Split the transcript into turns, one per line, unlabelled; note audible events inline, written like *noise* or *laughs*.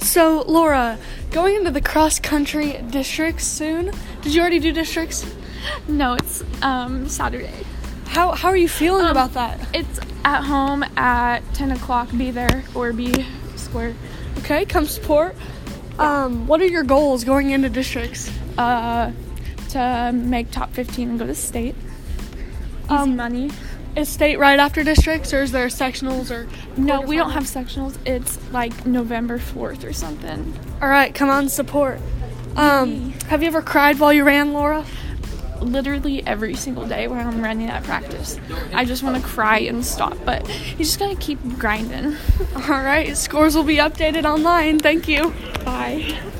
So, Laura, going into the cross country districts soon. Did you already do districts?
No, it's um, Saturday.
How how are you
Um,
feeling about that?
It's at home at 10 o'clock. Be there or be square.
Okay, come support. Um, what are your goals going into districts?
Uh, to make top 15 and go to state. Easy
Um,
money.
Is state right after districts, or is there sectionals or?
No, we don't have sectionals. It's like November 4th or something.
All right, come on, support. Um, have you ever cried while you ran, Laura? *laughs*
Literally every single day when I'm running at practice, I just want to cry and stop. But you just gotta keep grinding.
All right, scores will be updated online. Thank you.
Bye.